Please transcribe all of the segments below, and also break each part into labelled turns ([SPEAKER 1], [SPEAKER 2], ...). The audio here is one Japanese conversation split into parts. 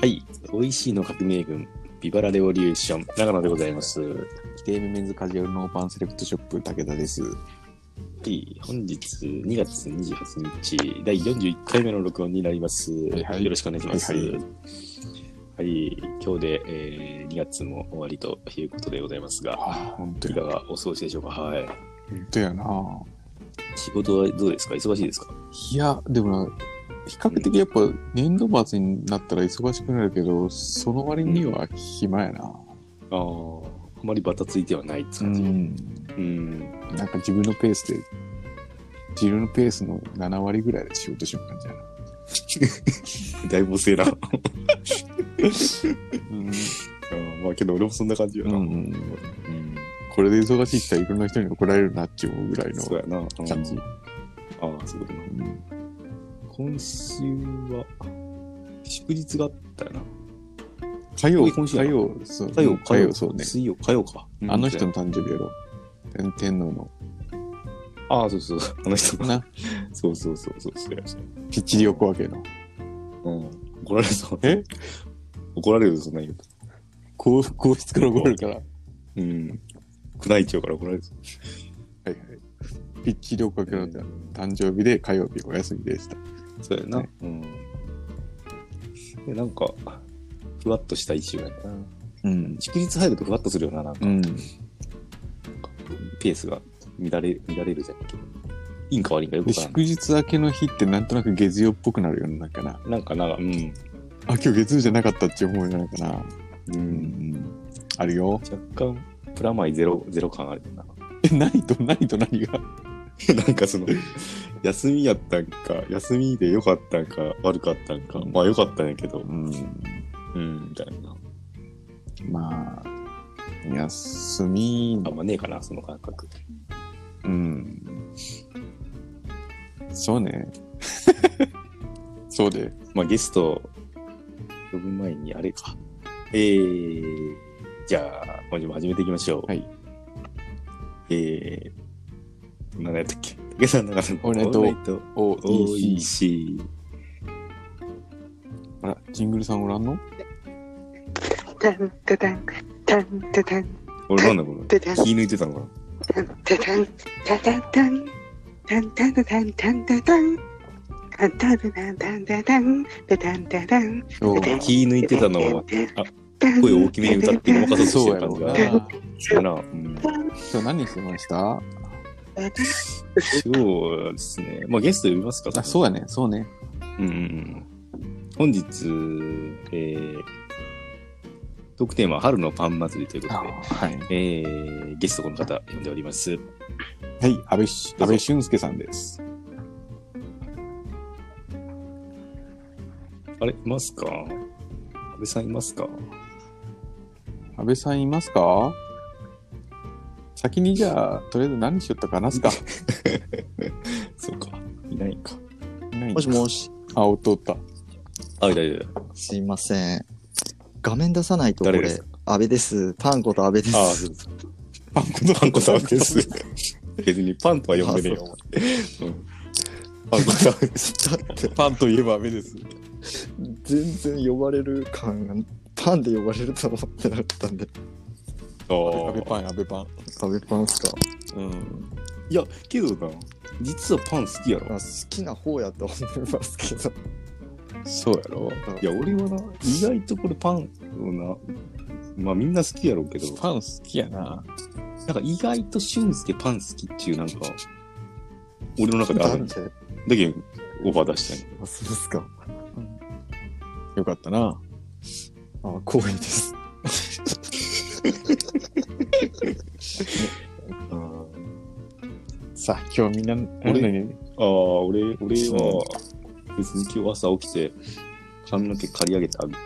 [SPEAKER 1] 美味しいの革命軍、ビバラレオリューション、長野でございます。
[SPEAKER 2] 規定メンズカジュアルノーパンセレクトショップ武田です。
[SPEAKER 1] はい本日2月28日、第41回目の録音になります。
[SPEAKER 2] いはい
[SPEAKER 1] よろしくお願いします。は、
[SPEAKER 2] はいい
[SPEAKER 1] はい今日で、えー2月も終わりということでございますが、
[SPEAKER 2] あ、本当
[SPEAKER 1] いか。
[SPEAKER 2] や
[SPEAKER 1] がお過ごしでしょうか。はい。
[SPEAKER 2] 本当やな。
[SPEAKER 1] 仕事はどうですか忙しいですか
[SPEAKER 2] いや、でもな、比較的やっぱ年度末になったら忙しくなるけど、その割には暇や
[SPEAKER 1] あ
[SPEAKER 2] な。
[SPEAKER 1] あ、あまりバタついてはないって
[SPEAKER 2] う
[SPEAKER 1] 感じ。
[SPEAKER 2] ん。
[SPEAKER 1] うん。
[SPEAKER 2] なんか自分のペースで、自分のペースの7割ぐらいで仕事しよう感じやな。
[SPEAKER 1] だいぶ遅い な。
[SPEAKER 2] うん。
[SPEAKER 1] まあけど俺もそんな感じよ
[SPEAKER 2] う
[SPEAKER 1] な。
[SPEAKER 2] ん
[SPEAKER 1] うん。
[SPEAKER 2] これで忙しいって言ったらいろんな人に怒られるなって思うぐらいの
[SPEAKER 1] そうやな。
[SPEAKER 2] 感じ。
[SPEAKER 1] ああ、そういうことな。
[SPEAKER 2] うん
[SPEAKER 1] 今週は、祝日があったよな。
[SPEAKER 2] 火曜、
[SPEAKER 1] 今週
[SPEAKER 2] 火
[SPEAKER 1] だ
[SPEAKER 2] 曜、そう
[SPEAKER 1] 火曜、
[SPEAKER 2] 火曜、そうね。
[SPEAKER 1] 水曜、火曜か。
[SPEAKER 2] あの人の誕生日やろ。天天皇の。
[SPEAKER 1] ああ、そうそうそう。あの人
[SPEAKER 2] な、
[SPEAKER 1] そうそうそうそう。そうや
[SPEAKER 2] きっちり横分けの。
[SPEAKER 1] うん。怒られそう。
[SPEAKER 2] え
[SPEAKER 1] 怒られるぞ、そんなん言うと。
[SPEAKER 2] 皇皇室から怒られるから。はい
[SPEAKER 1] うん。宮内庁から怒られるぞ。
[SPEAKER 2] はい。きっちり横分けのって誕生日で火曜日お休みでした。
[SPEAKER 1] そうやな。
[SPEAKER 2] ね
[SPEAKER 1] うん。で、なんか、ふわっとした一週やな。
[SPEAKER 2] うん。
[SPEAKER 1] 祝日入るとふわっとするよな、なんか
[SPEAKER 2] う、ん。
[SPEAKER 1] ペースが乱れ、乱れるじゃんけど。いいんか悪いんかよく
[SPEAKER 2] で、
[SPEAKER 1] わからん
[SPEAKER 2] 祝日明けの日ってなんとなく月曜っぽくなるようになるかな。
[SPEAKER 1] なんか、なんか、うん。
[SPEAKER 2] あ、今日月曜じゃなかったって思うようになるかな。
[SPEAKER 1] う。
[SPEAKER 2] うんん。あるよ。
[SPEAKER 1] 若干、プラマイゼロ、ゼロ感あるよな。
[SPEAKER 2] え、何と何と何が。
[SPEAKER 1] なんかその、休みやったんか、休みで良かったんか、悪かったんか、まあ良かったんやけど、
[SPEAKER 2] ん。
[SPEAKER 1] うん、みたいな。
[SPEAKER 2] まあ、休み
[SPEAKER 1] あんまねえかな、その感覚。
[SPEAKER 2] うん。そうね。そうで。
[SPEAKER 1] まあゲスト、呼ぶ前にあれか。えー、じゃあ、今週も始めていきましょう。
[SPEAKER 2] はい。
[SPEAKER 1] えー、何やったっけ武さんの中の
[SPEAKER 2] オールナイト
[SPEAKER 1] オールナイト
[SPEAKER 2] OEC。
[SPEAKER 1] OEC。
[SPEAKER 2] あら、ジングルさんおらんの
[SPEAKER 3] タンタタンタンタタン
[SPEAKER 1] 俺なんだこ
[SPEAKER 3] タタ
[SPEAKER 1] れ。
[SPEAKER 3] ン
[SPEAKER 1] 気抜いてたのかな
[SPEAKER 3] タンタタンタタタンタンタタタンタンタタンタンタタタンタンタタンタタンタタン
[SPEAKER 2] お
[SPEAKER 3] え
[SPEAKER 2] う
[SPEAKER 1] 気抜いてたのは、声大きめに歌ってごまかそうとして
[SPEAKER 2] そう
[SPEAKER 1] る
[SPEAKER 2] や
[SPEAKER 1] 感
[SPEAKER 2] ろ
[SPEAKER 1] じ
[SPEAKER 2] う
[SPEAKER 1] が
[SPEAKER 2] な。
[SPEAKER 1] あ
[SPEAKER 2] 今
[SPEAKER 1] る
[SPEAKER 3] が
[SPEAKER 1] かな。うん
[SPEAKER 2] 日何してました
[SPEAKER 1] そうですね。まあ、ゲスト呼びますか
[SPEAKER 2] あ、そうやね。そうね。
[SPEAKER 1] うんうんうん。本日、えー、トークテーマは春のパン祭りということで、
[SPEAKER 2] はい。
[SPEAKER 1] えー、ゲストこの方呼んでおります。
[SPEAKER 2] はい、安倍し、
[SPEAKER 1] どうぞ
[SPEAKER 2] 安倍俊介さんです。
[SPEAKER 1] あれ、いますか安倍さんいますか
[SPEAKER 2] 安倍さんいますか先にじゃあ、とりあえず何しよったか話す か。
[SPEAKER 1] そうか。いないか。
[SPEAKER 2] ない
[SPEAKER 4] もしもし、
[SPEAKER 2] あ、おっとおった。
[SPEAKER 1] あ、いないいない。
[SPEAKER 4] すいません。画面出さないとこ
[SPEAKER 1] 誰
[SPEAKER 4] れ
[SPEAKER 1] です、
[SPEAKER 4] 安倍です。パンこと安倍で
[SPEAKER 1] あ、
[SPEAKER 4] す
[SPEAKER 1] そ。うそう。
[SPEAKER 2] パンコ
[SPEAKER 1] パンコさんです。別にパンとは呼んでねえよ。うん パンコさんです。
[SPEAKER 4] だって、
[SPEAKER 2] パンといえば安倍です。
[SPEAKER 4] 全然呼ばれる感が、パンで呼ばれると思ってなかったんで。
[SPEAKER 1] あ
[SPEAKER 2] 安
[SPEAKER 1] ー
[SPEAKER 2] 倍パン、安倍パン。
[SPEAKER 4] 安倍パンっすか。
[SPEAKER 2] うん。
[SPEAKER 1] いや、けどな、実はパン好きやろ
[SPEAKER 4] まあ、。好きな方やと思いますけど。
[SPEAKER 2] そうやろ。
[SPEAKER 1] いや、俺はな、意外とこれパンをな、まあみんな好きやろうけど、
[SPEAKER 2] パン好きやな。
[SPEAKER 1] なんか意外と俊介パン好きっていうなんか、俺の中であ
[SPEAKER 4] な
[SPEAKER 1] る
[SPEAKER 4] ん
[SPEAKER 1] んだ
[SPEAKER 4] で、
[SPEAKER 1] けど、オファー出したんや
[SPEAKER 4] あそうですか。
[SPEAKER 2] よかったな。
[SPEAKER 4] あ、光栄 です。
[SPEAKER 2] さあ、今日みんな、
[SPEAKER 1] 俺
[SPEAKER 2] 何
[SPEAKER 1] ああ、俺、俺は、別に今日朝起きて、髪の毛刈り上げてあげ、刈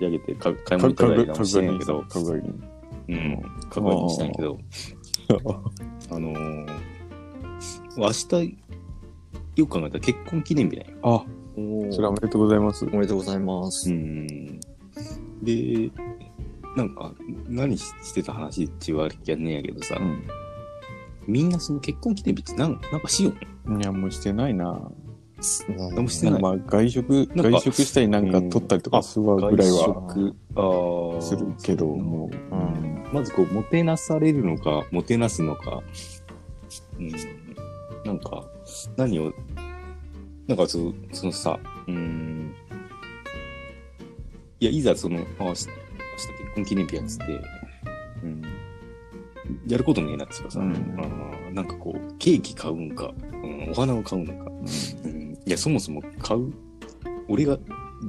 [SPEAKER 1] り上げてか買い物行っただけかもしれないけど、
[SPEAKER 2] かぐや
[SPEAKER 1] うん、かぐやにしたんやけど、あのー、明日、よく考えたら結婚記念日なんよ。
[SPEAKER 2] あ、
[SPEAKER 4] おー
[SPEAKER 2] それはおめでとうございます。
[SPEAKER 4] おめでとうございます。
[SPEAKER 1] うん。で、なんか、何ししてた話って言われきゃねえやけどさ、みんなその結婚記念日ってなんなんかしよう
[SPEAKER 2] いや、もうしてないな。
[SPEAKER 1] 何もしてな
[SPEAKER 2] な
[SPEAKER 1] んい
[SPEAKER 2] かまあ外食、
[SPEAKER 1] んか
[SPEAKER 2] 外食したりなんか
[SPEAKER 1] うん
[SPEAKER 2] 取ったりとかするわぐらいは
[SPEAKER 1] 外食ああ
[SPEAKER 2] するけど、もう、
[SPEAKER 4] う
[SPEAKER 2] うん
[SPEAKER 4] ん、
[SPEAKER 1] まずこうもてなされるのかもてなすのか、うん、なんか何をなんかそそのさうんいやいざそのあ明日明日結婚記念日やっつって、うん、やることねえなっつうかさ、
[SPEAKER 2] う
[SPEAKER 1] うんん、なんかこうケーキ買うんか、うん、お花を買うのか、うん、いやそもそも買う俺が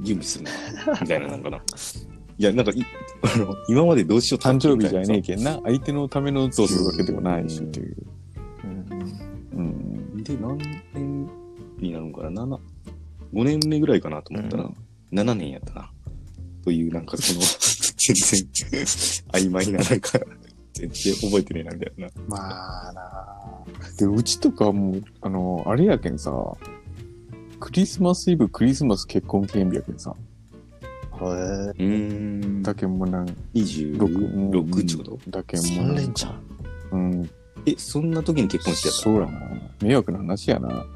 [SPEAKER 1] 準備するのか みたいななんかないやなんかい あの今までどうしよう
[SPEAKER 2] 誕生日じゃ
[SPEAKER 1] みたいな
[SPEAKER 2] ねえけんな、相手のためのっていうわけでもないしっていう。うん
[SPEAKER 1] で、何年になるのかな ?7、5年目ぐらいかなと思ったら、
[SPEAKER 4] う
[SPEAKER 1] 7年やったな。という、なんかその、全然、曖昧な、なんか、全然覚えてねえな、みたいな。
[SPEAKER 2] まあなあで、うちとかもう、あの、あれやけんさ、クリスマスイブ、クリスマス結婚記念日やけんさ、
[SPEAKER 4] へえ。
[SPEAKER 1] うーん
[SPEAKER 2] だけんもうなん、
[SPEAKER 1] 26、6ってこと
[SPEAKER 2] だけんもう
[SPEAKER 4] 三
[SPEAKER 2] なん
[SPEAKER 4] 連、チャン。
[SPEAKER 2] うん、
[SPEAKER 1] え、そんな時に結婚してやった
[SPEAKER 2] そうやな。迷惑な話やな。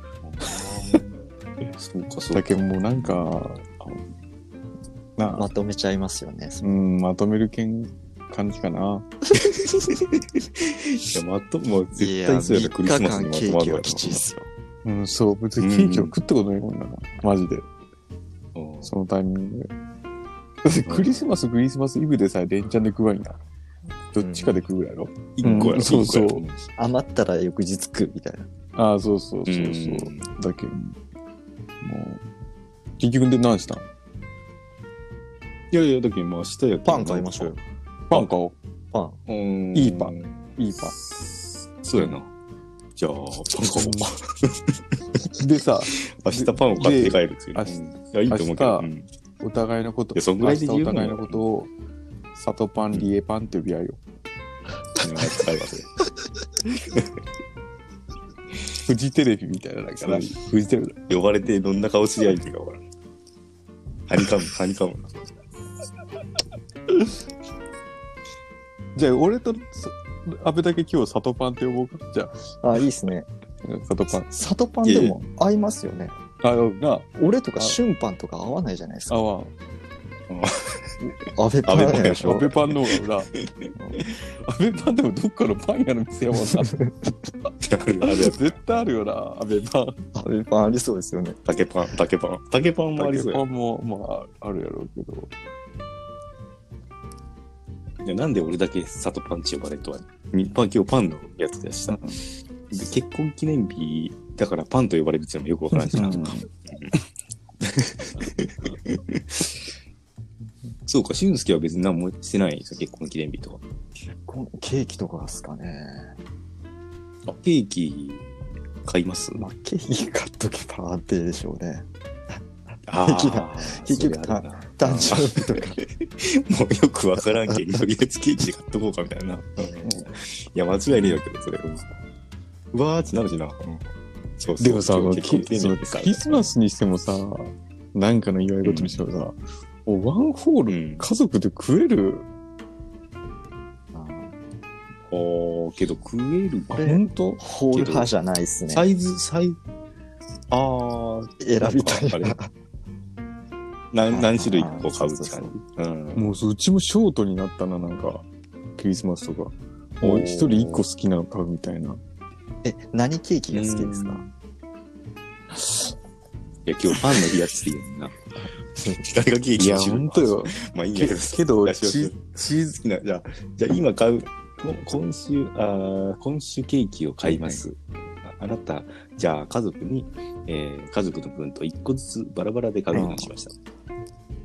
[SPEAKER 1] そうか、そう
[SPEAKER 2] だ
[SPEAKER 1] か。
[SPEAKER 2] けんもうなんか、なあ
[SPEAKER 4] まとめちゃいますよね。
[SPEAKER 2] うん、まとめるけん感じかな。
[SPEAKER 1] いや、まともう
[SPEAKER 4] い
[SPEAKER 1] 絶
[SPEAKER 4] や、
[SPEAKER 1] 対そう
[SPEAKER 4] 3
[SPEAKER 1] やな、
[SPEAKER 4] 日
[SPEAKER 1] クリスマス
[SPEAKER 4] 間ケ
[SPEAKER 1] にま
[SPEAKER 4] ー
[SPEAKER 1] と
[SPEAKER 4] キ
[SPEAKER 1] まる
[SPEAKER 4] は
[SPEAKER 1] わ
[SPEAKER 4] きちいっすよ。
[SPEAKER 2] うん、そう、別にケーキを食ったことないもんな。マジで。
[SPEAKER 1] うん
[SPEAKER 2] そのタイミングで。だってクリスマス、クリスマスイブでさえ連チャンで食わんやん。どっちかで食うやろ。
[SPEAKER 1] 一個や
[SPEAKER 2] うん
[SPEAKER 1] ろ、
[SPEAKER 2] そう
[SPEAKER 1] 一個やろ
[SPEAKER 2] そう
[SPEAKER 4] 余ったら翌日食うみたいな。
[SPEAKER 2] ああ、そうそうそうそう。
[SPEAKER 1] うん
[SPEAKER 2] だけど、もう、結局で何したん
[SPEAKER 1] いやいや、だけど、まあ、明日や
[SPEAKER 4] パン買いましょうよ。
[SPEAKER 2] パン買おう。
[SPEAKER 4] パン。
[SPEAKER 1] うーん。
[SPEAKER 2] いいパンいいパ
[SPEAKER 1] そうやな。じ ゃあ、パン買おう。
[SPEAKER 2] ン。でさ、
[SPEAKER 1] 明日パンを買って帰るっていう。
[SPEAKER 2] で
[SPEAKER 1] うんいや、いいと思うけど。
[SPEAKER 2] 明
[SPEAKER 1] う
[SPEAKER 2] 日
[SPEAKER 1] ん
[SPEAKER 2] お互いのこと、
[SPEAKER 1] いやそんぐらいで
[SPEAKER 2] 明
[SPEAKER 1] 十
[SPEAKER 2] 日お
[SPEAKER 1] 分だ
[SPEAKER 2] 互い
[SPEAKER 1] よ
[SPEAKER 2] のことを、サトパン、リエパンって呼び合いよ。
[SPEAKER 1] 今使いますよ
[SPEAKER 2] フジテレビみたいなだから、
[SPEAKER 1] す
[SPEAKER 2] フジテレビだ。
[SPEAKER 1] 呼ばれてどんな顔すりゃいいっていうか 分からん。はにかむ、はにかむ。
[SPEAKER 2] じゃあ、俺と、そ安倍だけ今日サトパンって呼ぼうか。じゃ
[SPEAKER 4] あ、いいっすね。
[SPEAKER 2] あ、サトパン。
[SPEAKER 4] サトパンでも合いますよね。
[SPEAKER 2] あの、が、
[SPEAKER 4] 俺とか
[SPEAKER 2] あ
[SPEAKER 4] 瞬パンとか合わないじゃないです
[SPEAKER 2] あ
[SPEAKER 4] か。
[SPEAKER 2] わん。
[SPEAKER 4] 安倍パン
[SPEAKER 1] 安倍パン
[SPEAKER 4] で
[SPEAKER 1] で
[SPEAKER 4] し
[SPEAKER 1] し
[SPEAKER 2] 安
[SPEAKER 4] ょ。
[SPEAKER 2] 倍パンの 方が裏。安倍パンでもどっかのパン屋の店やもんな。
[SPEAKER 1] あれ
[SPEAKER 2] 絶対あるよな、安倍パン。
[SPEAKER 4] 安倍パンありそうですよね。
[SPEAKER 1] 竹パン、竹パン。竹パンもありそう
[SPEAKER 2] パンも、まあ、あるやろうけど。
[SPEAKER 1] や。いやなんで俺だけ里パンチ呼ばれるとは、みパン今日パンのやつでした。で結婚記念日だからパンと呼ばれるっていうのもよく分からんしな。そうか、俊介は別に何もしてないんですよ、結婚記念日とか。
[SPEAKER 4] こんケーキとかですかね。
[SPEAKER 1] あケーキ買います
[SPEAKER 4] まあ、ケーキ買っとけば安定でしょうね。
[SPEAKER 1] あ
[SPEAKER 4] できな
[SPEAKER 1] ー
[SPEAKER 4] 結局
[SPEAKER 1] それあるな
[SPEAKER 4] 誕生日 とか。
[SPEAKER 1] もうよくわからんけん、とりあえずケーキで買っとこうかみたいな。いや、間違いねえだけど、それ。うわーってなるしな。そうそう
[SPEAKER 2] でもさ、
[SPEAKER 1] 今日
[SPEAKER 2] 結
[SPEAKER 1] 結婚記
[SPEAKER 2] そ
[SPEAKER 1] 念
[SPEAKER 2] の
[SPEAKER 1] 日で
[SPEAKER 2] ク
[SPEAKER 1] さ
[SPEAKER 2] リスマスにしてもさ、なんかの祝い事にしてもさ、もうワンホー
[SPEAKER 1] う
[SPEAKER 2] ル
[SPEAKER 1] ん。
[SPEAKER 2] 家族で食える、
[SPEAKER 1] ああ、けど食える
[SPEAKER 2] あ
[SPEAKER 1] か
[SPEAKER 4] れ
[SPEAKER 2] ほんと
[SPEAKER 4] ホール派じゃないですね。
[SPEAKER 1] サイズ、サイズ。あー
[SPEAKER 4] 選びたい
[SPEAKER 1] な。
[SPEAKER 4] なん
[SPEAKER 1] 何、何種類
[SPEAKER 4] あー
[SPEAKER 1] こう買うって
[SPEAKER 4] そうそうそう
[SPEAKER 1] 感じ。うん。
[SPEAKER 2] もうそううちもショートになったな、なんか、クリスマスとか。も
[SPEAKER 1] お
[SPEAKER 2] う
[SPEAKER 1] ー
[SPEAKER 2] 一人一個好きなの買うみたいな。
[SPEAKER 4] え、何ケーキが好きですか
[SPEAKER 1] うんいや、今日パンの日やってていいよな。誰がケーキ
[SPEAKER 2] いや、
[SPEAKER 1] にしろ
[SPEAKER 2] ほんとよ。。
[SPEAKER 1] まあいいん
[SPEAKER 2] け
[SPEAKER 1] やけどさ
[SPEAKER 2] けど、
[SPEAKER 1] いやしようしよう
[SPEAKER 2] チチーズ、
[SPEAKER 1] 好きな、じゃあ、じゃあ今買う、こ今週、あー今週ケーキを買います。ああなた、じゃあ家族に、えー家族の分と1個ずつバラバラで買うようにしました。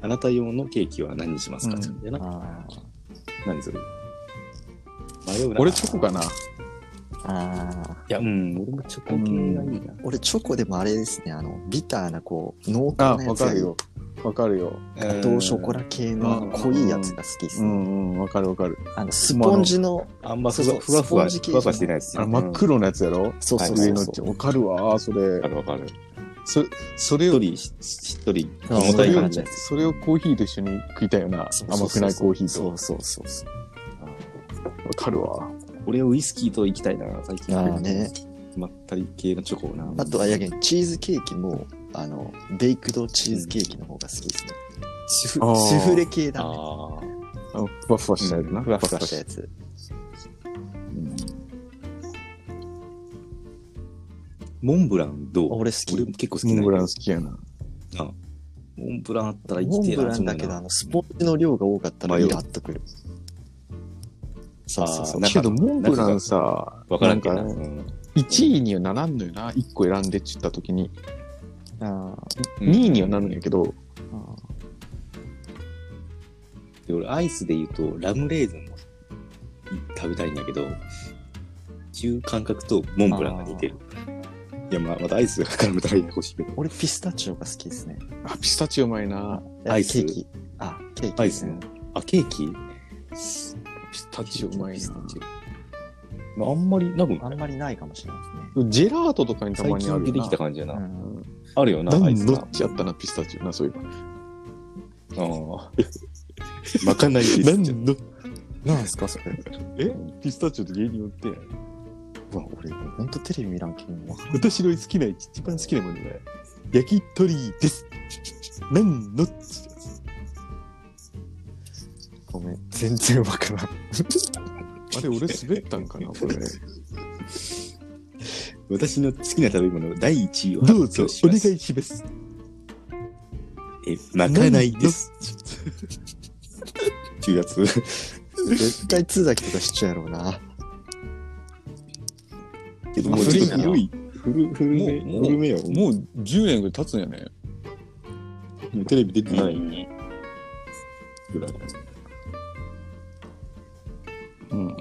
[SPEAKER 1] あなた用のケーキは何にしますか、
[SPEAKER 2] うん
[SPEAKER 1] って言うんだよな。
[SPEAKER 4] あー
[SPEAKER 1] 何それ迷うな。
[SPEAKER 2] 俺
[SPEAKER 1] い
[SPEAKER 2] チョコかな。
[SPEAKER 4] あー。
[SPEAKER 1] や、うん、俺もチョコ系がいいな。
[SPEAKER 4] 俺、チョコでもあれですね。あの、ビターな、こう、濃
[SPEAKER 2] あ、
[SPEAKER 4] 厚なや
[SPEAKER 2] わ
[SPEAKER 4] つ
[SPEAKER 2] か
[SPEAKER 4] が
[SPEAKER 2] るよ。わかるよ。
[SPEAKER 1] えー
[SPEAKER 4] ガトーショコラ系の濃いやつが好きです
[SPEAKER 2] う
[SPEAKER 4] ね。
[SPEAKER 2] んうん、わかるわかる。
[SPEAKER 4] あのスポンジの、
[SPEAKER 1] あんまふ
[SPEAKER 4] そ
[SPEAKER 1] わ
[SPEAKER 4] う
[SPEAKER 1] ふわふわ
[SPEAKER 4] スポンジ系
[SPEAKER 1] ふわふわしてないです
[SPEAKER 2] あ
[SPEAKER 1] よ
[SPEAKER 2] の
[SPEAKER 1] ね。
[SPEAKER 2] 真っ黒のやつやろ、
[SPEAKER 4] そうそう
[SPEAKER 1] はい
[SPEAKER 4] そ
[SPEAKER 2] 上
[SPEAKER 4] う
[SPEAKER 2] のっ
[SPEAKER 4] そ
[SPEAKER 2] て
[SPEAKER 4] う。
[SPEAKER 2] わかるわそれ
[SPEAKER 1] わかるわかる。し
[SPEAKER 2] そそれ
[SPEAKER 1] っと
[SPEAKER 2] を
[SPEAKER 1] り、ししっとり、
[SPEAKER 4] あ
[SPEAKER 1] 重たい
[SPEAKER 4] それ
[SPEAKER 1] 感
[SPEAKER 4] を
[SPEAKER 1] じ。
[SPEAKER 2] それをコーヒーと一緒に食いたいよな甘くないコーヒーと
[SPEAKER 4] そ
[SPEAKER 2] わ
[SPEAKER 4] うそうそうそう。
[SPEAKER 2] かるわ
[SPEAKER 1] 俺はウイスキーと行きたいな、最近。
[SPEAKER 4] あーね。
[SPEAKER 1] まったり系のチョコをな。
[SPEAKER 4] あとはやけん、チーズケーキも、あの、ベイクドチーズケーキの方が好きですね。シフ
[SPEAKER 2] あー
[SPEAKER 4] シフレ系だね。
[SPEAKER 1] ああ。
[SPEAKER 2] あのふわふわしたやつな。
[SPEAKER 4] ふわふわしたやつ。
[SPEAKER 1] モンブランどう
[SPEAKER 4] 俺好き
[SPEAKER 1] 俺も結構好きな
[SPEAKER 2] モン
[SPEAKER 1] ん
[SPEAKER 2] ブ
[SPEAKER 1] だ
[SPEAKER 2] ラン
[SPEAKER 1] け
[SPEAKER 2] 好きやな。
[SPEAKER 1] どなモンブランあったら生
[SPEAKER 4] モ
[SPEAKER 1] きて
[SPEAKER 4] ン
[SPEAKER 1] え
[SPEAKER 4] ブ
[SPEAKER 1] な
[SPEAKER 4] ランだけ
[SPEAKER 1] そ
[SPEAKER 4] ど、あ
[SPEAKER 1] んな
[SPEAKER 4] の、スポンジの量が多かったら
[SPEAKER 1] 迷う
[SPEAKER 4] イラっとくる。そうそうそう
[SPEAKER 1] あ。ー
[SPEAKER 2] けど、モンブランさ、
[SPEAKER 1] わからんけど
[SPEAKER 2] な
[SPEAKER 1] な。
[SPEAKER 2] んかね
[SPEAKER 1] うん
[SPEAKER 2] 1位にはならんのよな。1個選んでって言った時に。
[SPEAKER 4] あー
[SPEAKER 2] 2位にはなるんやけど、
[SPEAKER 4] あ
[SPEAKER 1] で俺アイスで言うとラムレーズンも食べたいんだけどっていう感覚とモンブランが似てるいやまあまたアイスが絡めたらややこしいけど
[SPEAKER 4] ー俺ピスタチオが好きですね。
[SPEAKER 2] あ、ピスタチオうまいな。
[SPEAKER 1] アイス
[SPEAKER 4] ケーキ。あ、ケーキ。
[SPEAKER 1] アイス
[SPEAKER 4] うん
[SPEAKER 1] あケーキ
[SPEAKER 2] ピスタチオうまい
[SPEAKER 1] ピス
[SPEAKER 2] な
[SPEAKER 1] タ。チオまああんまりなく
[SPEAKER 4] あ
[SPEAKER 1] ない
[SPEAKER 4] んまりないかもしれないですね。
[SPEAKER 2] ジェラートとかにたま
[SPEAKER 1] 最
[SPEAKER 2] にあ
[SPEAKER 1] 近
[SPEAKER 2] るよな。
[SPEAKER 1] 出てきた感じや
[SPEAKER 4] う
[SPEAKER 1] な。
[SPEAKER 4] ん
[SPEAKER 1] あるよな、
[SPEAKER 2] な
[SPEAKER 1] アイ
[SPEAKER 2] ん
[SPEAKER 1] ス
[SPEAKER 2] ど
[SPEAKER 1] な
[SPEAKER 2] っ。ちやったな、ピスタ チオな、そういえば。
[SPEAKER 1] ああまかないです。
[SPEAKER 2] なんど、なんすか、それ。えピスタチオって芸人売ってんやん
[SPEAKER 4] うわ、俺、ほんとテレビ見らんけんわ。
[SPEAKER 2] 私の好きな、一番好きなものは、焼き鳥です。なんのっち
[SPEAKER 4] ごめん。全然わからん。
[SPEAKER 2] あれ、俺滑ったんかな、これ。
[SPEAKER 1] 私の好きな食べ物、第1位を発
[SPEAKER 2] どう
[SPEAKER 1] 表
[SPEAKER 2] ぞ、
[SPEAKER 1] し
[SPEAKER 2] お
[SPEAKER 1] ま
[SPEAKER 2] 願
[SPEAKER 1] す。
[SPEAKER 2] いします。
[SPEAKER 1] え、まかないです。10月。
[SPEAKER 4] 絶対通崎とかしちゃうやろうな。
[SPEAKER 1] けど
[SPEAKER 2] あ
[SPEAKER 1] もうちょっと
[SPEAKER 2] 古
[SPEAKER 1] 古い。古古め、
[SPEAKER 2] もう
[SPEAKER 1] 古めよ。も
[SPEAKER 2] もう10年ぐらい経つんやね。
[SPEAKER 1] うテレビ出て
[SPEAKER 2] な
[SPEAKER 1] ないいぐらい。
[SPEAKER 2] うん。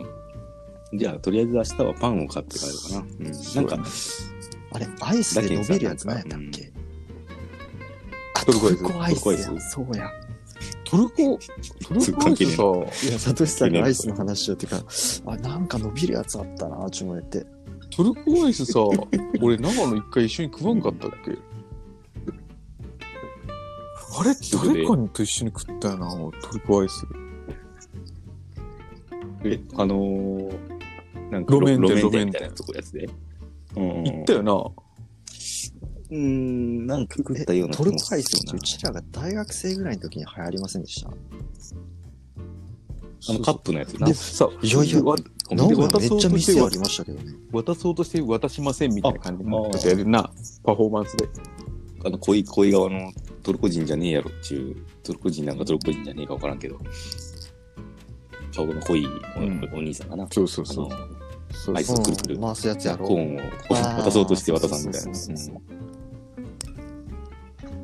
[SPEAKER 1] じゃあ、とりあえず明日はパンを買って帰ろうかな。うん、なんか、
[SPEAKER 4] あれ、アイスで伸びるやつ何やったっけあ、
[SPEAKER 1] ト
[SPEAKER 4] ト
[SPEAKER 1] ルコアイ
[SPEAKER 4] ル
[SPEAKER 1] ス
[SPEAKER 4] コアイス
[SPEAKER 1] トルコアイ
[SPEAKER 4] や。そうや。
[SPEAKER 2] トルコ、トルコアイスさ、
[SPEAKER 4] いや、サトシさんがアイスの話をってか、あ、なんか伸びるやつあったな、ちょっと待って。
[SPEAKER 2] トルコアイスさ、俺、長野一回一緒に食わんかったっけあれ誰かにと一緒に食ったよな、トルコアイス。
[SPEAKER 1] え、あのー、なんか
[SPEAKER 2] 路面店
[SPEAKER 1] 路面店み
[SPEAKER 2] 路面店
[SPEAKER 1] たいなとこやつで。うん
[SPEAKER 2] 行ったよな。
[SPEAKER 1] うん、なんか食ったような
[SPEAKER 4] え
[SPEAKER 1] 気
[SPEAKER 4] ト
[SPEAKER 1] も
[SPEAKER 4] ルコアイスってう
[SPEAKER 1] す
[SPEAKER 4] ちらが大学生ぐらいの時に流行りませんでした
[SPEAKER 1] るなあのカップのやつな
[SPEAKER 2] で。さ、
[SPEAKER 4] いやいや
[SPEAKER 2] わ
[SPEAKER 1] コン
[SPEAKER 4] な
[SPEAKER 1] ビニで
[SPEAKER 4] ん
[SPEAKER 2] なん
[SPEAKER 4] か
[SPEAKER 2] 渡
[SPEAKER 4] め
[SPEAKER 2] そ
[SPEAKER 4] っ
[SPEAKER 2] う
[SPEAKER 4] ちゃ
[SPEAKER 2] として
[SPEAKER 4] 店
[SPEAKER 2] は
[SPEAKER 4] ありましたけどね。
[SPEAKER 2] 渡そうとして渡しませんみたいな感じ
[SPEAKER 1] あ
[SPEAKER 2] の
[SPEAKER 1] あー
[SPEAKER 2] ことやるな、パフォーマンスで。
[SPEAKER 1] あの恋恋側のトルコ人じゃねえやろっちゅうトルコ人なんかトルコ人じゃねえか分からんけど顔の濃いお,、
[SPEAKER 2] うん
[SPEAKER 1] お兄さんかな
[SPEAKER 2] そうそう
[SPEAKER 1] あ
[SPEAKER 2] そう。そう
[SPEAKER 1] アイスくるくる
[SPEAKER 4] うん回すやつや
[SPEAKER 1] の
[SPEAKER 4] ろ。
[SPEAKER 1] コーンをこう
[SPEAKER 4] あー
[SPEAKER 1] 渡そうとして渡さんみたいな
[SPEAKER 4] そうそうそうそう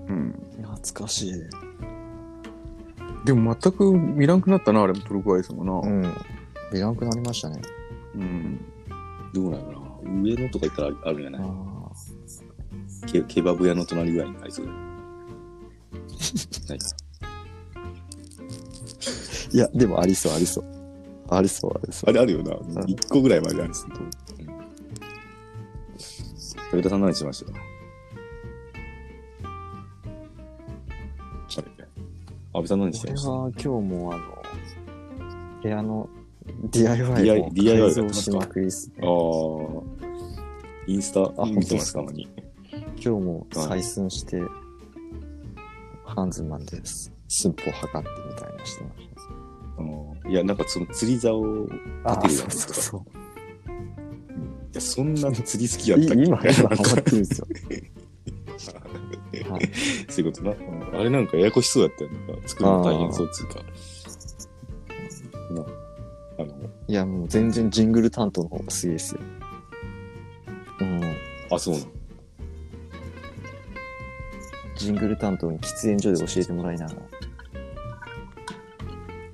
[SPEAKER 2] うん
[SPEAKER 4] 懐かしい。
[SPEAKER 2] でも全く見らんくなったな、あれもトルコアイスも
[SPEAKER 4] う
[SPEAKER 2] な。
[SPEAKER 4] ん。いらんくなりましたね。
[SPEAKER 2] うん。
[SPEAKER 1] うんどうなんやろな上野とか行ったらあるんじゃ
[SPEAKER 4] あ
[SPEAKER 1] ない
[SPEAKER 4] ー
[SPEAKER 1] ケケバブ屋の隣ぐらいにアイ スないか
[SPEAKER 4] いや、でもありそう、ありそう。ありそう、ありそう。
[SPEAKER 1] あれあるよな、
[SPEAKER 4] ん
[SPEAKER 1] 一1個ぐらいまであるすと武田さん何しましたあれ安部さん何して
[SPEAKER 4] 俺
[SPEAKER 1] ました
[SPEAKER 4] は今日もあの、部屋の DIY を
[SPEAKER 1] DIY
[SPEAKER 4] 改造しまくりですね。
[SPEAKER 1] ああ。インスタ
[SPEAKER 4] あ
[SPEAKER 1] 見てますたまに。
[SPEAKER 4] 今日も採寸して、ハンズマンです。寸法測ってみたいなしてまし
[SPEAKER 1] うんいや、なんかその釣り竿を、い
[SPEAKER 4] た。
[SPEAKER 1] 立てるやつ
[SPEAKER 4] そうそうそう。
[SPEAKER 1] や、そんな釣り好きや
[SPEAKER 4] 今、
[SPEAKER 1] ったっけ
[SPEAKER 4] 今、
[SPEAKER 1] な
[SPEAKER 4] ハ
[SPEAKER 1] んか
[SPEAKER 4] マってるんですよ。はい
[SPEAKER 1] そういうことな。うんあれなんかややこしそうやったよ。なんか作るの大変そうっつうか。なあの、
[SPEAKER 4] いや、もう全然ジングル担当の方がすげえですよ。うん。
[SPEAKER 1] あ、そうなの。
[SPEAKER 4] ジングル担当に喫煙所で教えてもらいながら。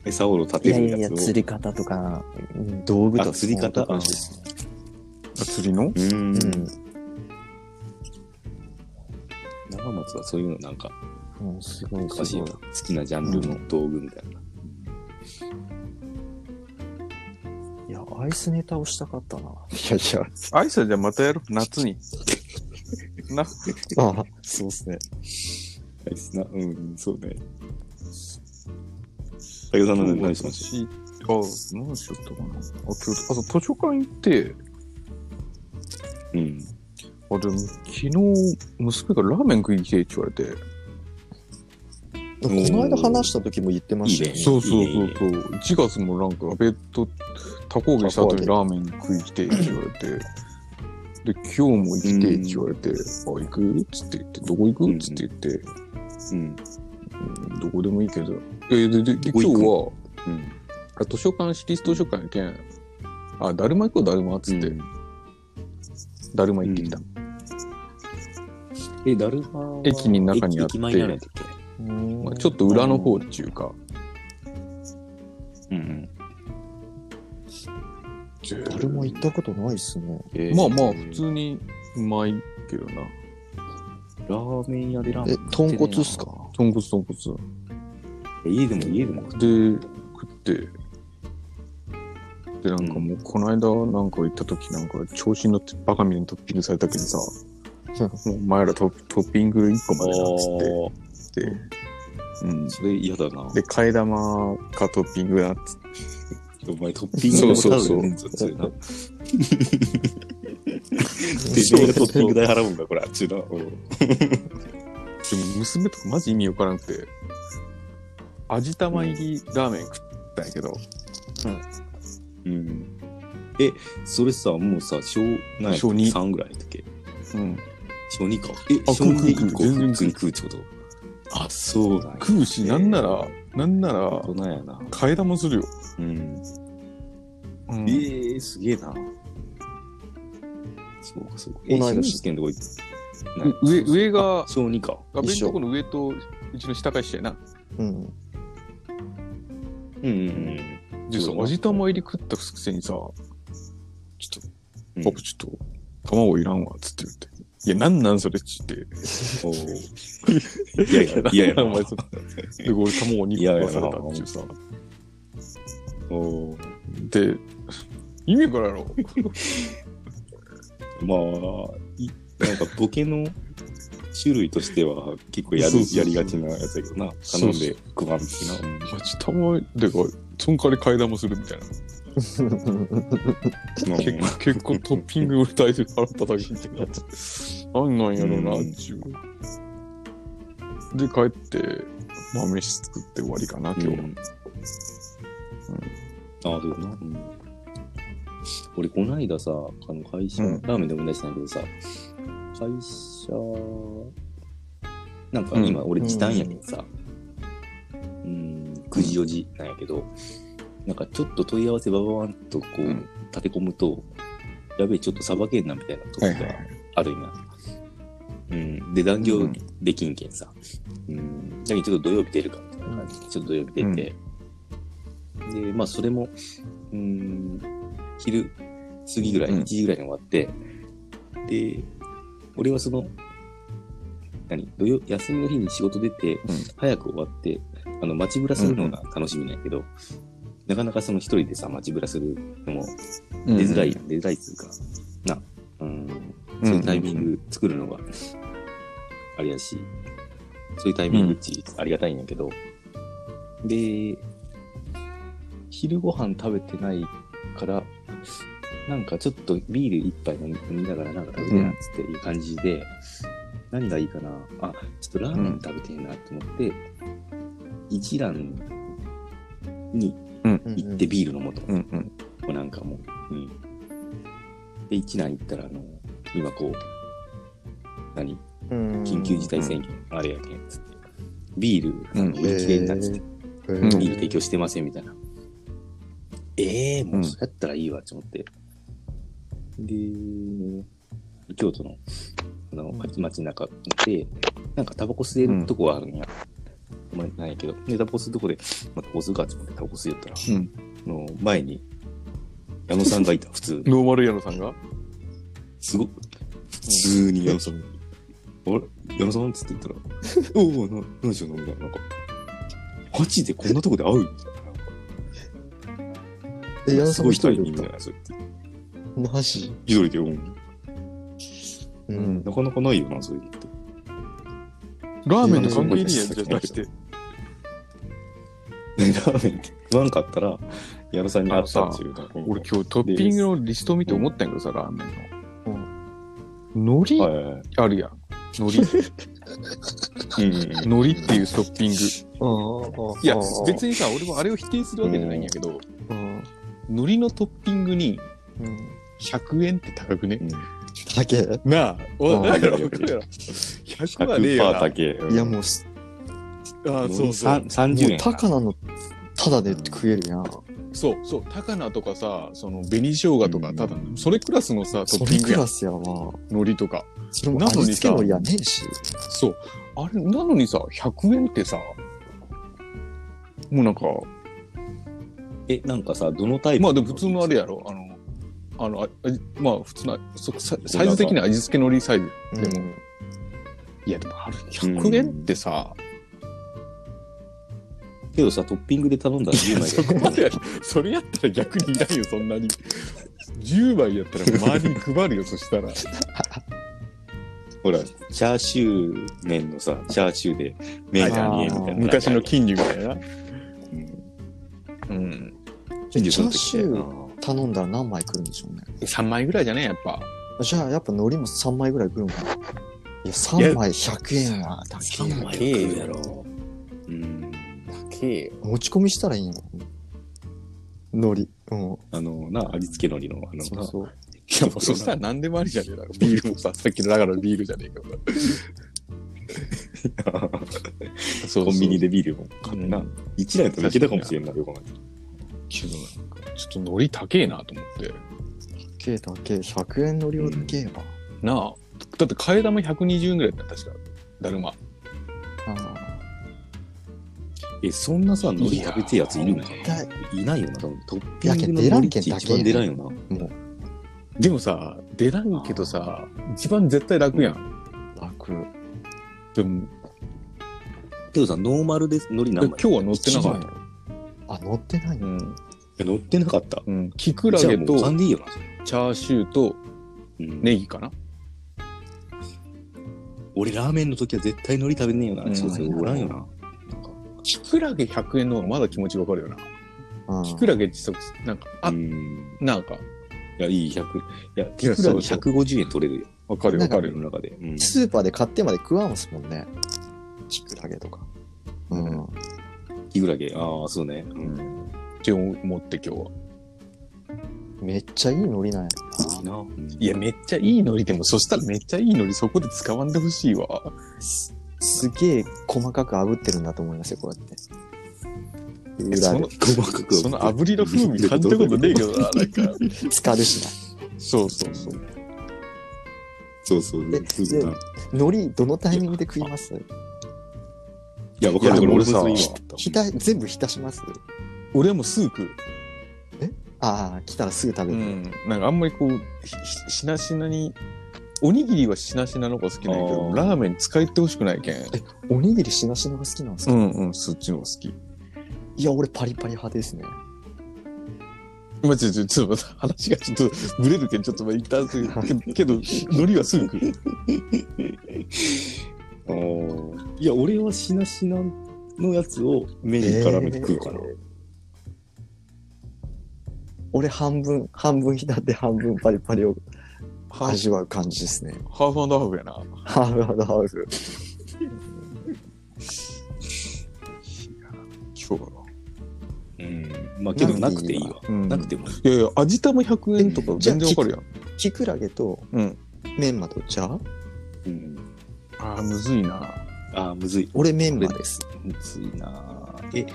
[SPEAKER 1] 餌を立
[SPEAKER 4] い
[SPEAKER 1] て
[SPEAKER 4] やい
[SPEAKER 1] る
[SPEAKER 4] やい
[SPEAKER 1] や
[SPEAKER 4] や、
[SPEAKER 1] つを。
[SPEAKER 4] 釣り方とか、うん道具と
[SPEAKER 1] あ
[SPEAKER 4] か。
[SPEAKER 1] 釣り方
[SPEAKER 4] そういうとこですね
[SPEAKER 2] あ釣りの
[SPEAKER 1] うーん。
[SPEAKER 4] う
[SPEAKER 1] 長松はそういうのなんか、
[SPEAKER 4] ん。もうすごい、
[SPEAKER 1] おかしい
[SPEAKER 4] す
[SPEAKER 1] よ
[SPEAKER 4] ごい
[SPEAKER 1] な。好きなジャンルの道具みたいな。
[SPEAKER 4] いや、アイスネタをしたかったな。いやいや。
[SPEAKER 2] アイスはじゃあまたやろう、夏に。な、
[SPEAKER 4] ああ、そうですね。
[SPEAKER 1] アイスな、うん、そうね。武田さん何何しました
[SPEAKER 2] 私あ、何しよったかな。あ、今日、あと図書館行って、
[SPEAKER 1] うん。
[SPEAKER 2] ああ、でも、昨日、娘がラーメン食いに来てって言われて。
[SPEAKER 4] この間話した時も言ってましたよね。
[SPEAKER 1] いいね
[SPEAKER 2] そうそうそうそう。1月もなんか、ベッド、タコ揚げした後にラーメン食いに来てって言われて。で、今日も来てって言われて、あ、行くっつって言って、どこ行くっつって言って、
[SPEAKER 1] うん。
[SPEAKER 2] うんどこでもいいけど。え、で、で、で
[SPEAKER 1] どこ
[SPEAKER 2] 今日
[SPEAKER 1] 行く
[SPEAKER 2] は、
[SPEAKER 1] うん。
[SPEAKER 2] あ図書館、市立図書館やけん、あ、だるま行こう、だるまっつって、
[SPEAKER 1] うん
[SPEAKER 2] だるま行ってきた。
[SPEAKER 1] え、だるまは
[SPEAKER 2] 駅に中にあって
[SPEAKER 1] 駅駅前にあるんだっ
[SPEAKER 2] まあ、ちょっと裏の方っていうか、
[SPEAKER 1] けうん
[SPEAKER 4] 誰も行ったことないっすね。
[SPEAKER 1] うん。
[SPEAKER 2] まあまあ、普通にうまいけどな。
[SPEAKER 1] ラーメン屋でラーメン
[SPEAKER 4] え
[SPEAKER 1] 食ってねえな。
[SPEAKER 4] 豚骨っすか
[SPEAKER 2] 豚骨豚骨。
[SPEAKER 1] 家でも家でも食っ
[SPEAKER 2] で、食って、で、なんかもう、この間なんか行った時なんか、調子に乗ってバカみたいにトッピングされたけどさ、もうお前らトトッピング1個までだっつって、で、うん。
[SPEAKER 1] それ嫌だな。
[SPEAKER 2] で、替え玉かトッピングだっつって、
[SPEAKER 1] お前トッピングも
[SPEAKER 2] そうそう
[SPEAKER 1] 食
[SPEAKER 2] そう
[SPEAKER 1] べるんぞ、それな。で、俺がトッピング代払うんだ、これ、あっちな。うん
[SPEAKER 2] でも娘とかマジ意味わからなくて、味玉入りラーメン食ったんやけど、
[SPEAKER 1] うん。え、それさ、もうさ、小、何
[SPEAKER 2] 小二
[SPEAKER 1] 3ぐらいの時。
[SPEAKER 2] うん。
[SPEAKER 1] 小2か。え、
[SPEAKER 2] あ
[SPEAKER 1] 小2で
[SPEAKER 2] 食う食う
[SPEAKER 1] 1個
[SPEAKER 2] 全然
[SPEAKER 1] 普通に食うってことあ、そうなんや。
[SPEAKER 2] 食うし、なんなら、なんなら、
[SPEAKER 1] 大人やな。
[SPEAKER 2] 替え玉するよ。
[SPEAKER 1] うん。
[SPEAKER 2] う
[SPEAKER 1] え
[SPEAKER 2] ん
[SPEAKER 1] ー、すげえな。そうか、そうか。え、
[SPEAKER 4] 同い
[SPEAKER 1] 新
[SPEAKER 4] 年
[SPEAKER 1] 試験どこ行って
[SPEAKER 2] う上、上が、
[SPEAKER 1] 小2か。
[SPEAKER 2] 画面
[SPEAKER 4] 一緒
[SPEAKER 2] のとこの上と、うちの下返しやな。
[SPEAKER 4] うん。
[SPEAKER 1] うんうん
[SPEAKER 2] でさ
[SPEAKER 1] そう、だ
[SPEAKER 2] 味玉入り食ったくせにさ、ちょっと、
[SPEAKER 1] うん
[SPEAKER 2] 僕ちょっと、卵いらんわ、つって言って。いや、なんなんそれっつって。
[SPEAKER 1] おーいやいや、いやいや
[SPEAKER 2] お前そで、俺卵
[SPEAKER 1] いやい
[SPEAKER 2] 2
[SPEAKER 1] や
[SPEAKER 2] 個出されたっていうさ。
[SPEAKER 1] おー
[SPEAKER 2] で、意味からやろ。
[SPEAKER 1] まあ、いなんかボケの種類としては結構や
[SPEAKER 2] そう
[SPEAKER 1] る
[SPEAKER 2] そうそう
[SPEAKER 1] やりがちなやつだけどな、
[SPEAKER 2] そ
[SPEAKER 1] 頼
[SPEAKER 2] うんそう
[SPEAKER 1] で配るってな。
[SPEAKER 2] 味玉、でか、そんかわり替え玉するみたいな。
[SPEAKER 1] まあ
[SPEAKER 2] 結構、結構トッピング俺大勢払っただけみたいになっちゃって。なんなんやろな、
[SPEAKER 1] うん
[SPEAKER 2] っていう。で、帰って、まあ、飯作って終わりかな、今日。
[SPEAKER 1] うんああ、そうだな。うん俺、こないださ、あの会社、
[SPEAKER 2] うん
[SPEAKER 1] ラーメンでも出したんだけどさ、会社、なんか今、俺時短やけどさ、うん、9時4時なんやけど、なんかちょっと問い合わせばばばんとこう、
[SPEAKER 2] うん
[SPEAKER 1] 立て込むと、やべえ、ちょっとさばけんなみたいな時
[SPEAKER 2] はいはい
[SPEAKER 1] があるんや。うん、で、残業できんけんさ。うん、だけどちょっと土曜日出るかみたいな感じで、ちょっと土曜日出て、で、まあ、それも、うん、昼過ぎぐらい、
[SPEAKER 2] うん
[SPEAKER 1] 1時ぐらいに終わって、で、俺はその、何土曜休みの日に仕事出て、早く終わって、あの、街ぶらするのが楽しみなんやけど、なかなかその一人でさ、街ぶらするのも
[SPEAKER 2] うん
[SPEAKER 1] 出づらい、出づらいっつうか、な、うん、そういうタイミング作るのが、あれやし、そういうタイミングっちありがたいんやけど、で、昼ご飯食べてないから、なんかちょっとビール一杯飲み飲みながらなんか食べてえなっつっていう感じで、何がいいかな、あ、ちょっとラーメン食べてえなと思って、一蘭に行ってビール飲もうと思って
[SPEAKER 2] うんうん。
[SPEAKER 1] もうなんかもう、うん。で、一蘭行ったら、あの、今こう、何緊急事態宣言、あれやけん、つって。ビール、
[SPEAKER 2] う
[SPEAKER 1] あ
[SPEAKER 2] ん
[SPEAKER 1] の売り切れになってて、
[SPEAKER 4] 態。
[SPEAKER 2] うん
[SPEAKER 1] ビール提供してませんみたいな。ええー、もうそれやったらいいわ、と思って。で、京都の、あの、街街中で、なんかタバコ吸えるとこがあるんや。お前なんやけど。で、タバコ吸うとこで、まあ、タバコ吸うかと思ってタバコ吸いよったら、
[SPEAKER 2] うん
[SPEAKER 1] あの前に、矢野さんがいた、普通に。
[SPEAKER 2] ノーマル矢野さんが
[SPEAKER 1] すごっ普通に矢野さんが「あれ矢野さん?」っつって言ったら「おおな何しよう飲みたいな」なんか「マジでこんなとこで会う?」みたいな
[SPEAKER 4] え、矢野さんも一
[SPEAKER 1] すごい
[SPEAKER 4] 人
[SPEAKER 1] み
[SPEAKER 4] だ
[SPEAKER 1] た
[SPEAKER 4] っ
[SPEAKER 1] いなそうやって
[SPEAKER 4] た。マジ
[SPEAKER 1] 一人でうん
[SPEAKER 4] う
[SPEAKER 2] うん
[SPEAKER 4] ん。
[SPEAKER 1] なかなかないよなそういうのって
[SPEAKER 2] ラーメンの関係ねえやつじゃ出して。
[SPEAKER 1] でラーメン食わんかったら矢野さんに会ったっていうか
[SPEAKER 2] 俺今日トッピングのリスト見て思ったんやけどさ、ラーメンの。海苔、
[SPEAKER 1] はいはいはい。
[SPEAKER 2] あるやん。海 苔。
[SPEAKER 1] うん
[SPEAKER 2] 海苔っていうストッピング。
[SPEAKER 1] いや、
[SPEAKER 2] に。
[SPEAKER 1] 別にさ、俺もあれを否定するわけじゃないんやけど、海苔のトッピングに100円って高くね
[SPEAKER 4] だけ
[SPEAKER 1] なあ、お
[SPEAKER 2] うん
[SPEAKER 1] なんやろ、僕ら。100はねえよ
[SPEAKER 2] 100%
[SPEAKER 1] な。
[SPEAKER 2] だ
[SPEAKER 1] け。
[SPEAKER 4] いやもうす、
[SPEAKER 1] ああ、そうそう。
[SPEAKER 4] も
[SPEAKER 1] 30
[SPEAKER 4] う高菜のただで食えるやん。
[SPEAKER 2] そうそう、高菜とかさ、その紅生姜とか、ただ、それクラスのさ、ト
[SPEAKER 4] そ
[SPEAKER 2] ッピン
[SPEAKER 4] れ
[SPEAKER 2] グ
[SPEAKER 4] ク
[SPEAKER 2] やん
[SPEAKER 4] ラ。スやわ。
[SPEAKER 2] 海苔とか。
[SPEAKER 4] それも
[SPEAKER 2] なのにさ
[SPEAKER 4] 味付けのりやねえし。
[SPEAKER 2] そう。あれ、なのにさ、100円ってさ、もうなんか、
[SPEAKER 1] え、なんかさ、どのタイプ
[SPEAKER 2] まあでも普通のあれやろ、あの、あの、ああまあ普通の、そササイズ的には味付けのりサイズ。
[SPEAKER 4] で
[SPEAKER 2] でも
[SPEAKER 4] も、
[SPEAKER 2] いやでもあれ、100円ってさ、
[SPEAKER 1] けどさ、トッピングで頼んだら10枚
[SPEAKER 2] そこまでやるそれやったら逆にいないよ、そんなに。10枚やったら周りに配るよ、そしたら。
[SPEAKER 1] ほら、チャーシュー麺のさ、チャーシューで麺2円みたいな。
[SPEAKER 2] 昔の
[SPEAKER 1] 金
[SPEAKER 2] 金龍みたいな。
[SPEAKER 1] うん
[SPEAKER 2] うん。
[SPEAKER 1] 金
[SPEAKER 4] チャ
[SPEAKER 1] 魚
[SPEAKER 4] ーシュー頼んだら何枚来るんでしょうね。
[SPEAKER 2] 3枚ぐらいじゃねやっぱ。
[SPEAKER 4] じゃあやっぱ海苔も3枚ぐらい来るんかな。いや、3枚100円はだけ
[SPEAKER 1] 3枚食うやろ。うん。
[SPEAKER 2] け
[SPEAKER 4] 持ち込みしたらいいんやろ。海苔。うん。
[SPEAKER 1] あのな、味付け海苔の、あの
[SPEAKER 4] そうそう。
[SPEAKER 1] な、
[SPEAKER 2] そしたら
[SPEAKER 1] ら、
[SPEAKER 2] 何でもありじゃねえだろ。ビールもさ、さっきのだからビールじゃねえか。
[SPEAKER 1] コンビニで
[SPEAKER 2] で。
[SPEAKER 1] ビールも買ってな
[SPEAKER 2] うん。
[SPEAKER 1] 一台ともいけたかもしれんないよ、こ
[SPEAKER 2] けどなんかちょっと海苔高えなと思って。
[SPEAKER 4] けだけ、100円の量だけやわ。
[SPEAKER 2] なあ。だって替え玉120円ぐらいだった確か。だるま。
[SPEAKER 4] あ
[SPEAKER 1] え、そんなさ、海苔食べてえやついるのか
[SPEAKER 4] あ。だい
[SPEAKER 1] いないよな、多分トッピングの海苔って一番出ないよな。
[SPEAKER 2] でもさ、出ないけどさ、一番絶対楽やん。
[SPEAKER 4] 楽。
[SPEAKER 2] でも、
[SPEAKER 1] けどさ、ノーマルで海苔
[SPEAKER 2] 今
[SPEAKER 1] 何枚
[SPEAKER 2] 日は乗ってなか
[SPEAKER 4] 一
[SPEAKER 2] った。
[SPEAKER 4] 枚あ、乗ってないの
[SPEAKER 2] うん。
[SPEAKER 1] え乗ってなかった。
[SPEAKER 2] うん。キクラ
[SPEAKER 1] じゃあ
[SPEAKER 2] ゲ
[SPEAKER 1] もう
[SPEAKER 2] と
[SPEAKER 1] 勘でいいよな。
[SPEAKER 2] チャーシューと
[SPEAKER 1] うん
[SPEAKER 2] ネギかな。
[SPEAKER 1] 俺ラーメンの時は絶対海苔食べねえよな。
[SPEAKER 2] うん
[SPEAKER 1] そうそう、おらんよな。
[SPEAKER 2] キクラゲ100円の方がまだ気持ちわかるよな。
[SPEAKER 4] うん
[SPEAKER 2] キクラゲってさ、なんか、あ、
[SPEAKER 1] うん
[SPEAKER 2] なんか、
[SPEAKER 1] いや、いい、100。いや、キク
[SPEAKER 2] や
[SPEAKER 1] ラゲ
[SPEAKER 2] そうそう
[SPEAKER 1] 150円取れるよ。
[SPEAKER 2] わかるわか
[SPEAKER 1] 俺
[SPEAKER 2] る。
[SPEAKER 1] の中で。うん
[SPEAKER 4] スーパーで買ってまで食わんすもんね。キクラゲとか。うん。
[SPEAKER 1] キクラゲ。ああ、そうね。うん。
[SPEAKER 2] って思って今日は。
[SPEAKER 4] めっちゃいい海苔なんや。
[SPEAKER 1] いいな。うん
[SPEAKER 2] いや、めっちゃいいノリでも、そしたらめっちゃいいノリそこで使わんでほしいわ。
[SPEAKER 4] すすげえ細かく炙ってるんだと思いますよ、こうやって。
[SPEAKER 2] え
[SPEAKER 4] 裏
[SPEAKER 2] そ
[SPEAKER 4] で
[SPEAKER 2] の
[SPEAKER 1] 細かく。
[SPEAKER 2] その炙りの風味感じたことねえけどな、なんか。
[SPEAKER 4] 浸かるしな。
[SPEAKER 2] そうそうそう。
[SPEAKER 1] そうそう。
[SPEAKER 4] え
[SPEAKER 1] そうだな
[SPEAKER 4] で海苔、どのタイミングで食います
[SPEAKER 1] いや、わかる。
[SPEAKER 2] いや
[SPEAKER 1] 俺
[SPEAKER 2] 俺
[SPEAKER 1] さ
[SPEAKER 2] さ、
[SPEAKER 4] 浸全部浸します
[SPEAKER 2] 俺はもうスープ。
[SPEAKER 4] ああ、来たらすぐ食べ
[SPEAKER 2] う
[SPEAKER 4] る。
[SPEAKER 2] ん。なんかあんまりこう、ひひしなしなに、おにぎりはしなしなのが好きなんやけ
[SPEAKER 1] あ
[SPEAKER 2] ど、
[SPEAKER 1] ー
[SPEAKER 2] ラーメン使えてほしくない けん。
[SPEAKER 4] おにぎりしなしなが好きなんです
[SPEAKER 2] う
[SPEAKER 4] か、
[SPEAKER 2] んうん、そっちの方が好き。
[SPEAKER 4] いや、俺パリパリ派ですね。
[SPEAKER 2] まあ、ちょ、ちょ、ちょっと待って話がちょっとぶれるけん、ちょっとまあ 一旦するけけど、海苔はすぐ食う。
[SPEAKER 1] あーいや、俺はしなしなのやつをメニューに絡めて食うかな。
[SPEAKER 4] えー俺半分、半分浸って半分パリパリを
[SPEAKER 2] ハー
[SPEAKER 4] 味わう感じですね。
[SPEAKER 2] フハーフハーフやな。
[SPEAKER 4] ハーフハーフ。
[SPEAKER 2] 今日は。
[SPEAKER 1] うん。まあ、けどなくていいわ。
[SPEAKER 2] うん
[SPEAKER 1] なくてもいい。
[SPEAKER 2] いやいや、味玉100円とか全然わかるやん。
[SPEAKER 4] キクラゲと
[SPEAKER 2] うん。
[SPEAKER 4] メンマと茶
[SPEAKER 1] うん。
[SPEAKER 2] ああ、むずいな。
[SPEAKER 1] ああ、むずい。
[SPEAKER 4] 俺メンマです。
[SPEAKER 1] むずいなえ、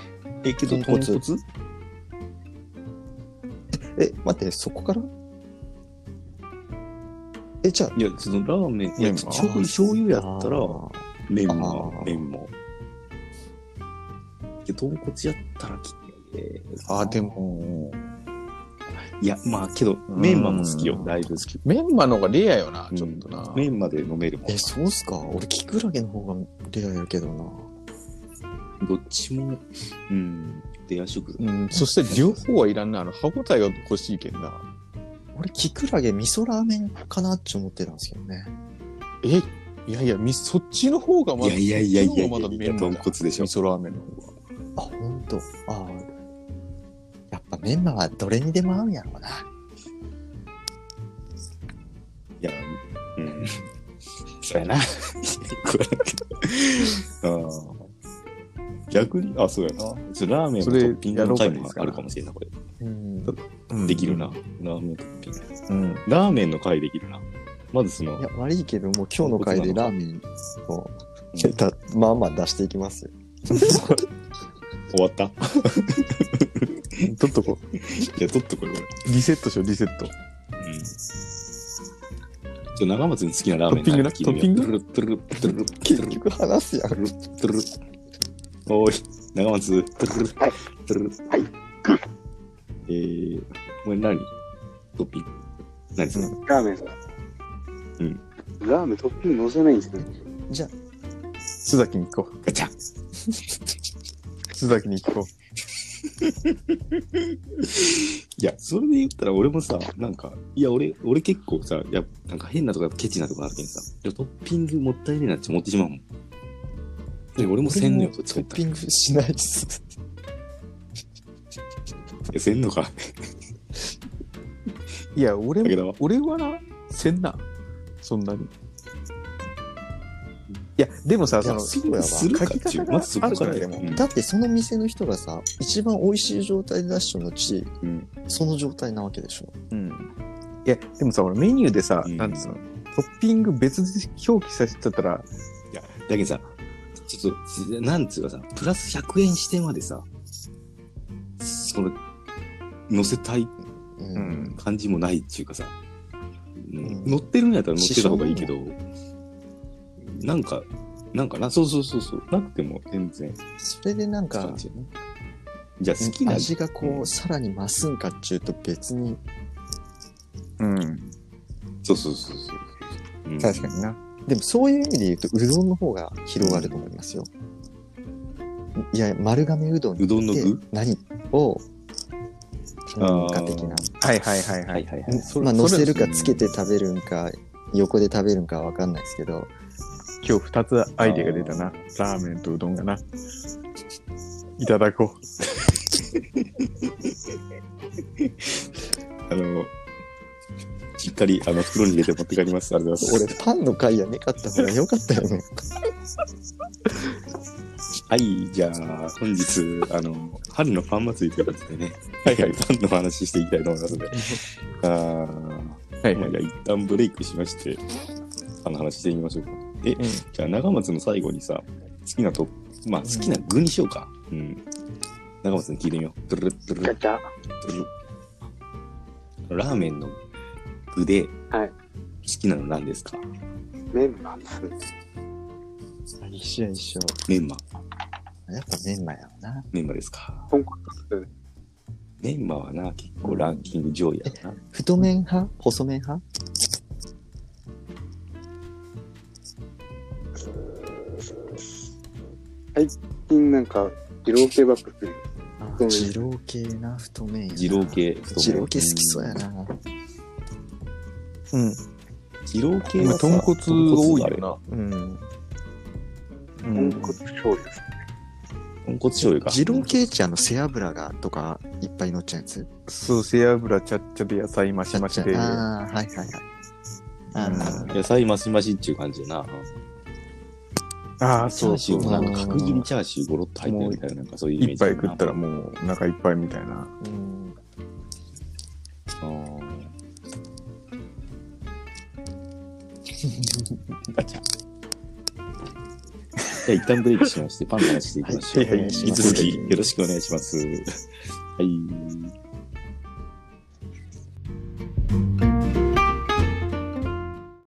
[SPEAKER 1] え、けど、豚
[SPEAKER 4] 豚骨
[SPEAKER 1] 骨
[SPEAKER 4] え、待って、そこからえ、じゃあ、
[SPEAKER 1] いや、そのラーメン、いや、
[SPEAKER 2] 麺は
[SPEAKER 1] 醤油醤油やったら
[SPEAKER 4] あ、ー
[SPEAKER 1] 麺
[SPEAKER 4] あ
[SPEAKER 1] も、
[SPEAKER 4] ー
[SPEAKER 1] 麺も。で、豚骨やったらきれい、
[SPEAKER 2] ああ、でも、
[SPEAKER 1] いや、まあ、けど、メンマも好きよ。だいぶ好き。
[SPEAKER 2] メンマの方がレアよな
[SPEAKER 1] う、ん
[SPEAKER 2] ちょっとな。
[SPEAKER 1] メンマで飲めるもんな
[SPEAKER 4] え、。そうっすか俺、キクラゲの方がレアやけどな。
[SPEAKER 1] どっちも、うん、レア食材。
[SPEAKER 2] うん、そして両方はいらんな。あの、歯応えが欲しいけんな。
[SPEAKER 4] 俺、キクラゲ味噌ラーメンかなって思ってたんですけどね。
[SPEAKER 2] え、いやいや、みそっちの方がま
[SPEAKER 1] い
[SPEAKER 2] だ、
[SPEAKER 1] やいやいやいやいや
[SPEAKER 2] そっちの方がまだメンマだ
[SPEAKER 1] 豚骨でしょ
[SPEAKER 2] 味噌ラーメンの方が。
[SPEAKER 4] あ、ほんと。あーやっぱメンマはどれにでも合うんやろうな。
[SPEAKER 1] いや、うん。そうやな。食わなきゃうん逆に、あ、そうやな。ちょラーメンの
[SPEAKER 2] そ
[SPEAKER 1] ト
[SPEAKER 2] れ
[SPEAKER 1] ッピングの回
[SPEAKER 2] やろうか
[SPEAKER 1] も
[SPEAKER 2] ですか
[SPEAKER 1] あるかもしれんない、これ。
[SPEAKER 4] うん。
[SPEAKER 1] できるな。ラーメントッピング。
[SPEAKER 4] うん。
[SPEAKER 1] ラーメンの回できるな。まずその
[SPEAKER 4] いや、、悪いけど、もう今日の回でラーメンを、
[SPEAKER 1] うん
[SPEAKER 4] だまあまあ出してい きますよ。
[SPEAKER 1] 終わった。
[SPEAKER 2] 取っとこ
[SPEAKER 1] じゃあ、取っとこれ、俺。
[SPEAKER 2] う。リセットしよう、リセッ
[SPEAKER 1] う
[SPEAKER 2] ト。
[SPEAKER 1] んちょ、長松に好きなラーメン
[SPEAKER 2] トッピングな
[SPEAKER 1] 聞いてみよう
[SPEAKER 2] トッピング
[SPEAKER 1] トゥルトゥルトゥル
[SPEAKER 4] 結
[SPEAKER 1] トゥル
[SPEAKER 4] 局話すやん。
[SPEAKER 1] トゥルおーい、長松、トゥル
[SPEAKER 3] はい
[SPEAKER 1] トゥル
[SPEAKER 3] はい
[SPEAKER 1] えー、これ何トッピング。何それ
[SPEAKER 3] ラーメンさ
[SPEAKER 1] うん。
[SPEAKER 3] ラーメントッピング乗せないんですね。
[SPEAKER 2] 須崎に行こう。
[SPEAKER 1] ガチャ
[SPEAKER 2] 須崎に行こ
[SPEAKER 1] いや、それで言ったら俺もさ、なんか、いや、俺、俺結構さ、いや、なんか変なとかケチなとこあるけどさ、いやトッピングもったいねえなって思ってしまうもん。で、俺もせんのよ、
[SPEAKER 4] ト
[SPEAKER 1] そっちだっ
[SPEAKER 4] ッ
[SPEAKER 1] た
[SPEAKER 4] ピ
[SPEAKER 1] ら。
[SPEAKER 4] ングしないです。
[SPEAKER 1] えせんのか。
[SPEAKER 2] う。いや、俺
[SPEAKER 1] だけど
[SPEAKER 2] も、俺はな、せんな。そんなに。いや、でもさ、その、
[SPEAKER 4] そうやわ
[SPEAKER 1] するかっ
[SPEAKER 2] 書
[SPEAKER 1] て
[SPEAKER 2] き
[SPEAKER 1] い
[SPEAKER 2] 方
[SPEAKER 1] う。
[SPEAKER 2] が
[SPEAKER 1] まずそこから
[SPEAKER 2] ある
[SPEAKER 1] よ
[SPEAKER 2] からで
[SPEAKER 1] うん
[SPEAKER 4] だってその店の人がさ、一番美味しい状態で出してるのち、
[SPEAKER 1] うん
[SPEAKER 4] その状態なわけでしょ。
[SPEAKER 2] うん。いや、でもさ、俺メニューでさ、
[SPEAKER 1] うん
[SPEAKER 2] なんつうの、トッピング別で表記させてたら、
[SPEAKER 1] いや、だけどさ、ちょっとじ、なんつうかさ、プラス100円してまでさ、その、乗せたい
[SPEAKER 4] うん。
[SPEAKER 2] うん
[SPEAKER 1] 感じもないっていうかさ、
[SPEAKER 4] ん
[SPEAKER 1] 乗ってるんやったら乗ってた方がいいけど、なんか、なんかな、そうそうそうそう、なくても全然って
[SPEAKER 4] それでなんか
[SPEAKER 1] 感、じやな。じゃあ好きな、
[SPEAKER 4] 味がこう、
[SPEAKER 1] うん
[SPEAKER 4] さらに増すんかっちゅうと別に、
[SPEAKER 2] うん。
[SPEAKER 1] そうそうそうそう。うん
[SPEAKER 2] 確かにな。
[SPEAKER 4] でもそういう意味で言うと、うどんの方が広がると思いますよ。いや、丸亀うどんに
[SPEAKER 1] うどんの
[SPEAKER 4] で
[SPEAKER 1] 具
[SPEAKER 4] 何を頼むか的な。
[SPEAKER 2] はいはいはいはい。
[SPEAKER 1] いはい
[SPEAKER 4] うん
[SPEAKER 2] それ
[SPEAKER 4] まあ、
[SPEAKER 2] それ
[SPEAKER 4] 乗せるかつけて食べるんか、横で食べるんかわかんないですけど、
[SPEAKER 2] 今日2つアイデアが出たな。ラーメンとうどんがな。いただこ
[SPEAKER 1] あの、しっかりあの袋に入れて持って帰ります。ありがとうございます。
[SPEAKER 4] 俺パンの回やねかった方がよかったよ ね。
[SPEAKER 1] はい、じゃあ、本日、あの、春のパン祭りという形でね、はいはい、 パンの話していきたいと思いますの で、あ
[SPEAKER 2] う。は
[SPEAKER 1] ーまあ、じゃあ、一旦ブレイクしまして、あの話していきましょうか。え、
[SPEAKER 2] ん
[SPEAKER 1] じゃあ、長松の最後にさ、好きなと、まあ、好きな具にしようか。うん。長松に聞いてみよう。ドゥルルドゥル
[SPEAKER 3] ガ
[SPEAKER 1] ル
[SPEAKER 3] チャ。
[SPEAKER 1] ドゥルルラーメンの具で、
[SPEAKER 3] はい
[SPEAKER 1] 好きなの何ですか
[SPEAKER 3] メンマです。
[SPEAKER 4] 一緒や一緒。
[SPEAKER 1] メンマ。
[SPEAKER 4] やっぱメンマやろな。
[SPEAKER 1] メンマですか。
[SPEAKER 3] 豚骨です。
[SPEAKER 1] メンマはな、結構ランキング上位やな。
[SPEAKER 4] 太麺派細麺派
[SPEAKER 3] 最近なんか、二郎系ばっかり。太麺
[SPEAKER 4] 二郎系な、太麺やな。
[SPEAKER 1] 二郎。系、太麺
[SPEAKER 4] 二郎系好きそうや。な。
[SPEAKER 2] うん。
[SPEAKER 1] 二郎系
[SPEAKER 2] 今、
[SPEAKER 1] は
[SPEAKER 2] 豚骨多いよ
[SPEAKER 1] な。
[SPEAKER 2] な。
[SPEAKER 4] うん。
[SPEAKER 2] うん
[SPEAKER 3] 豚骨醤油です。
[SPEAKER 1] 豚骨醤油か。
[SPEAKER 4] 二郎系ってあの背脂がとかいっぱい乗っちゃうやつ
[SPEAKER 2] そう、背脂ちゃっちゃで野菜増し増しで。
[SPEAKER 4] ああ、はいはいはい。あの、
[SPEAKER 1] 野菜マシマシっていう感じやな。
[SPEAKER 2] ああ、
[SPEAKER 1] チ
[SPEAKER 2] そ
[SPEAKER 1] ャー
[SPEAKER 2] う
[SPEAKER 1] シ
[SPEAKER 2] そ
[SPEAKER 1] ューもな
[SPEAKER 2] う。
[SPEAKER 1] んか角切りチャーシューゴロッと入ってるみたいな、なんかそういうイメ
[SPEAKER 2] 一
[SPEAKER 1] ージや
[SPEAKER 2] 杯
[SPEAKER 1] な。
[SPEAKER 2] 食ったらもうお腹いっぱいみたいな。
[SPEAKER 4] うん、
[SPEAKER 1] あーじゃあ一旦ブレイクしまして、パンの話していきましょう。
[SPEAKER 4] はいはいはい
[SPEAKER 1] 引き続きよろしくお願いします。はい。